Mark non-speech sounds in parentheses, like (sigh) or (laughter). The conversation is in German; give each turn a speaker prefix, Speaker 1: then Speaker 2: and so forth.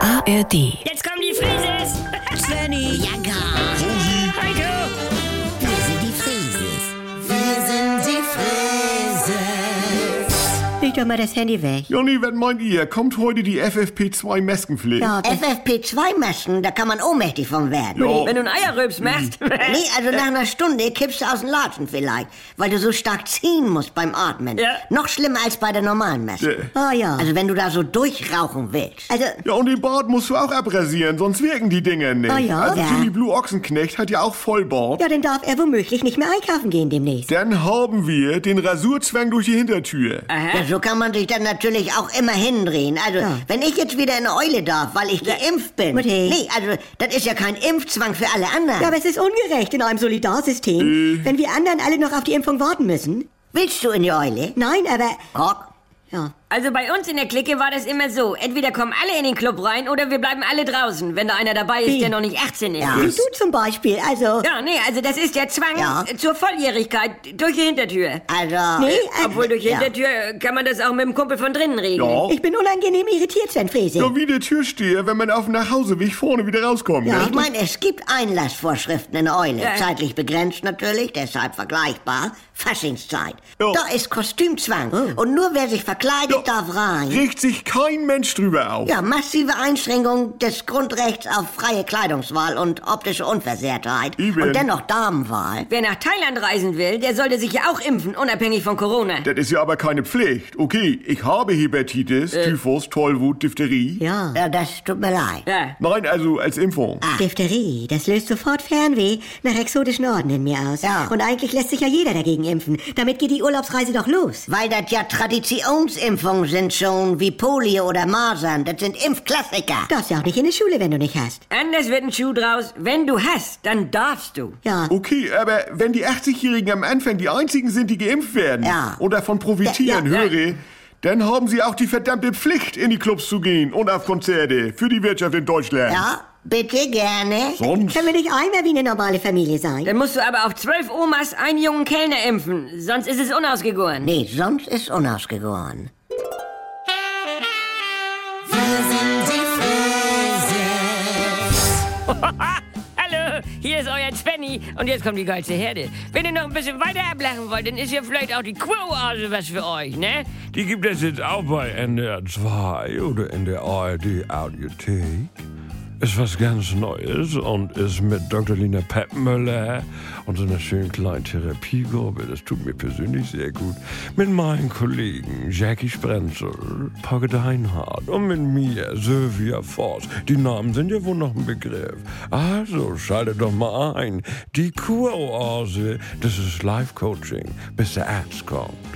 Speaker 1: ARD.
Speaker 2: Jetzt kommen die Frises! (laughs)
Speaker 3: Svenny.
Speaker 4: Jagger.
Speaker 2: Heiko!
Speaker 4: Wir sind die Frieses. Wir sind die Frieses.
Speaker 3: Leg doch mal das Handy weg.
Speaker 5: Johnny, was meint ihr? Kommt heute die FFP2-Maskenpflicht?
Speaker 3: Ja, das-
Speaker 4: FFP2-Masken, da kann man ohnmächtig von werden.
Speaker 5: Ja.
Speaker 2: Wenn du einen Eierrübs machst,
Speaker 4: Nee, also nach einer Stunde kippst du aus dem Latschen vielleicht, weil du so stark ziehen musst beim Atmen.
Speaker 2: Ja.
Speaker 4: Noch schlimmer als bei der normalen Maske.
Speaker 3: Ah ja.
Speaker 4: Also wenn du da so durchrauchen willst.
Speaker 3: Also,
Speaker 5: Ja, und den Bart musst du auch abrasieren, sonst wirken die Dinger nicht.
Speaker 3: Ah, ja?
Speaker 5: also
Speaker 3: Ja.
Speaker 5: Jimmy Blue Ochsenknecht hat ja auch Vollbart.
Speaker 3: ja, dann darf er womöglich nicht mehr einkaufen gehen demnächst.
Speaker 5: Dann haben wir den Rasurzwang durch die Hintertür.
Speaker 3: Ah,
Speaker 4: Ja, so kann man sich dann natürlich auch immer hindrehen. Also, wenn ich jetzt wieder in eine Eule darf, weil ich geimpft bin.
Speaker 3: Gut, hey.
Speaker 4: Nee, also, das ist ja kein Impfzwang für alle anderen. Äh.
Speaker 3: Ja, aber es ist ungerecht in einem Solidarsystem, wenn wir anderen alle noch auf die Impfung warten müssen.
Speaker 4: Willst du in die Eule?
Speaker 3: Nein, aber...
Speaker 4: Rock?
Speaker 3: Ja.
Speaker 2: also bei uns in der Clique war das immer so. Entweder kommen alle in den Club rein oder wir bleiben alle draußen, wenn da einer dabei ist, der noch nicht 18 ist.
Speaker 3: Wie du zum Beispiel, also...
Speaker 2: Ja, nee, also das ist der Zwang
Speaker 4: Ja.
Speaker 2: zur Volljährigkeit durch die Hintertür.
Speaker 4: Also,
Speaker 3: Nee, äh,
Speaker 2: Obwohl durch die
Speaker 4: Ja.
Speaker 2: Hintertür kann man das auch mit dem Kumpel von drinnen regeln.
Speaker 5: Ja.
Speaker 3: Ich bin unangenehm irritiert, Sven Frese.
Speaker 5: Ja, wie der Türsteher, wenn man auf dem Nachhauseweg vorne wieder rauskommt.
Speaker 3: Ja.
Speaker 5: ne?
Speaker 4: ich meine, es gibt Einlassvorschriften in der Eule.
Speaker 2: Ja.
Speaker 4: Zeitlich begrenzt natürlich, deshalb vergleichbar. Faschingszeit.
Speaker 5: Ja.
Speaker 4: Da ist Kostümzwang.
Speaker 3: Oh.
Speaker 4: Und nur wer sich verkleidet, darf rein.
Speaker 5: Regt sich kein Mensch drüber auf.
Speaker 4: Ja, massive Einschränkung des Grundrechts auf freie Kleidungswahl und optische Unversehrtheit.
Speaker 5: Übel.
Speaker 4: Und dennoch Damenwahl.
Speaker 2: Wer nach Thailand reisen will, der sollte sich ja auch impfen, unabhängig von Corona.
Speaker 5: Das ist ja aber keine Pflicht. Okay, ich habe Hepatitis, Typhus, Tollwut, Diphtherie.
Speaker 3: Äh. Ja. Ah,
Speaker 4: Ja, das tut mir leid.
Speaker 2: Ja.
Speaker 5: Nein, also als Impfung.
Speaker 3: Diphtherie, das löst sofort Fernweh nach exotischen Orten in mir aus.
Speaker 4: Ja.
Speaker 3: Und eigentlich lässt sich ja jeder dagegen impfen. Damit geht die Urlaubsreise doch los.
Speaker 4: Weil das ja Traditionsimpfungen sind schon, wie Polio oder Masern. Das sind Impfklassiker.
Speaker 3: Darfst ja auch nicht in die Schule, wenn du nicht hast.
Speaker 2: Anders wird ein Schuh draus. Wenn du hast, dann darfst du.
Speaker 3: Ja.
Speaker 4: Oh.
Speaker 5: Okay, aber wenn die 80-Jährigen am Anfang die einzigen sind, die geimpft werden
Speaker 4: Ja.
Speaker 5: und davon profitieren,
Speaker 2: Ja, ja, ja.
Speaker 5: höre, dann haben sie auch die verdammte Pflicht, in die Clubs zu gehen und auf Konzerte für die Wirtschaft in Deutschland.
Speaker 4: Ja, bitte gerne.
Speaker 5: Sonst?
Speaker 3: Können wir nicht einmal wie eine normale Familie sein?
Speaker 2: Dann musst du aber auf zwölf Omas einen jungen Kellner impfen, sonst ist es unausgegoren.
Speaker 4: Nee, sonst ist unausgegoren.
Speaker 2: Hallo, hier ist euer Svenny und jetzt kommt die geilste Herde. Wenn ihr noch ein bisschen weiter ablachen wollt, dann ist hier vielleicht auch die Quo-Oase was für euch, ne?
Speaker 6: Die gibt es jetzt auch bei NDR 2 oder in der ARD Audiothek. Ist was ganz Neues und ist mit Dr. Lina Peppmüller und so einer schönen kleinen Therapiegruppe, das tut mir persönlich sehr gut, mit meinen Kollegen Jackie Sprenzel, Pogge Deinhardt und mit mir, Sylvia Voss. Die Namen sind ja wohl noch ein Begriff. Also schaltet doch mal ein. Die Kuroase, das ist Life-Coaching, bis der Arzt kommt.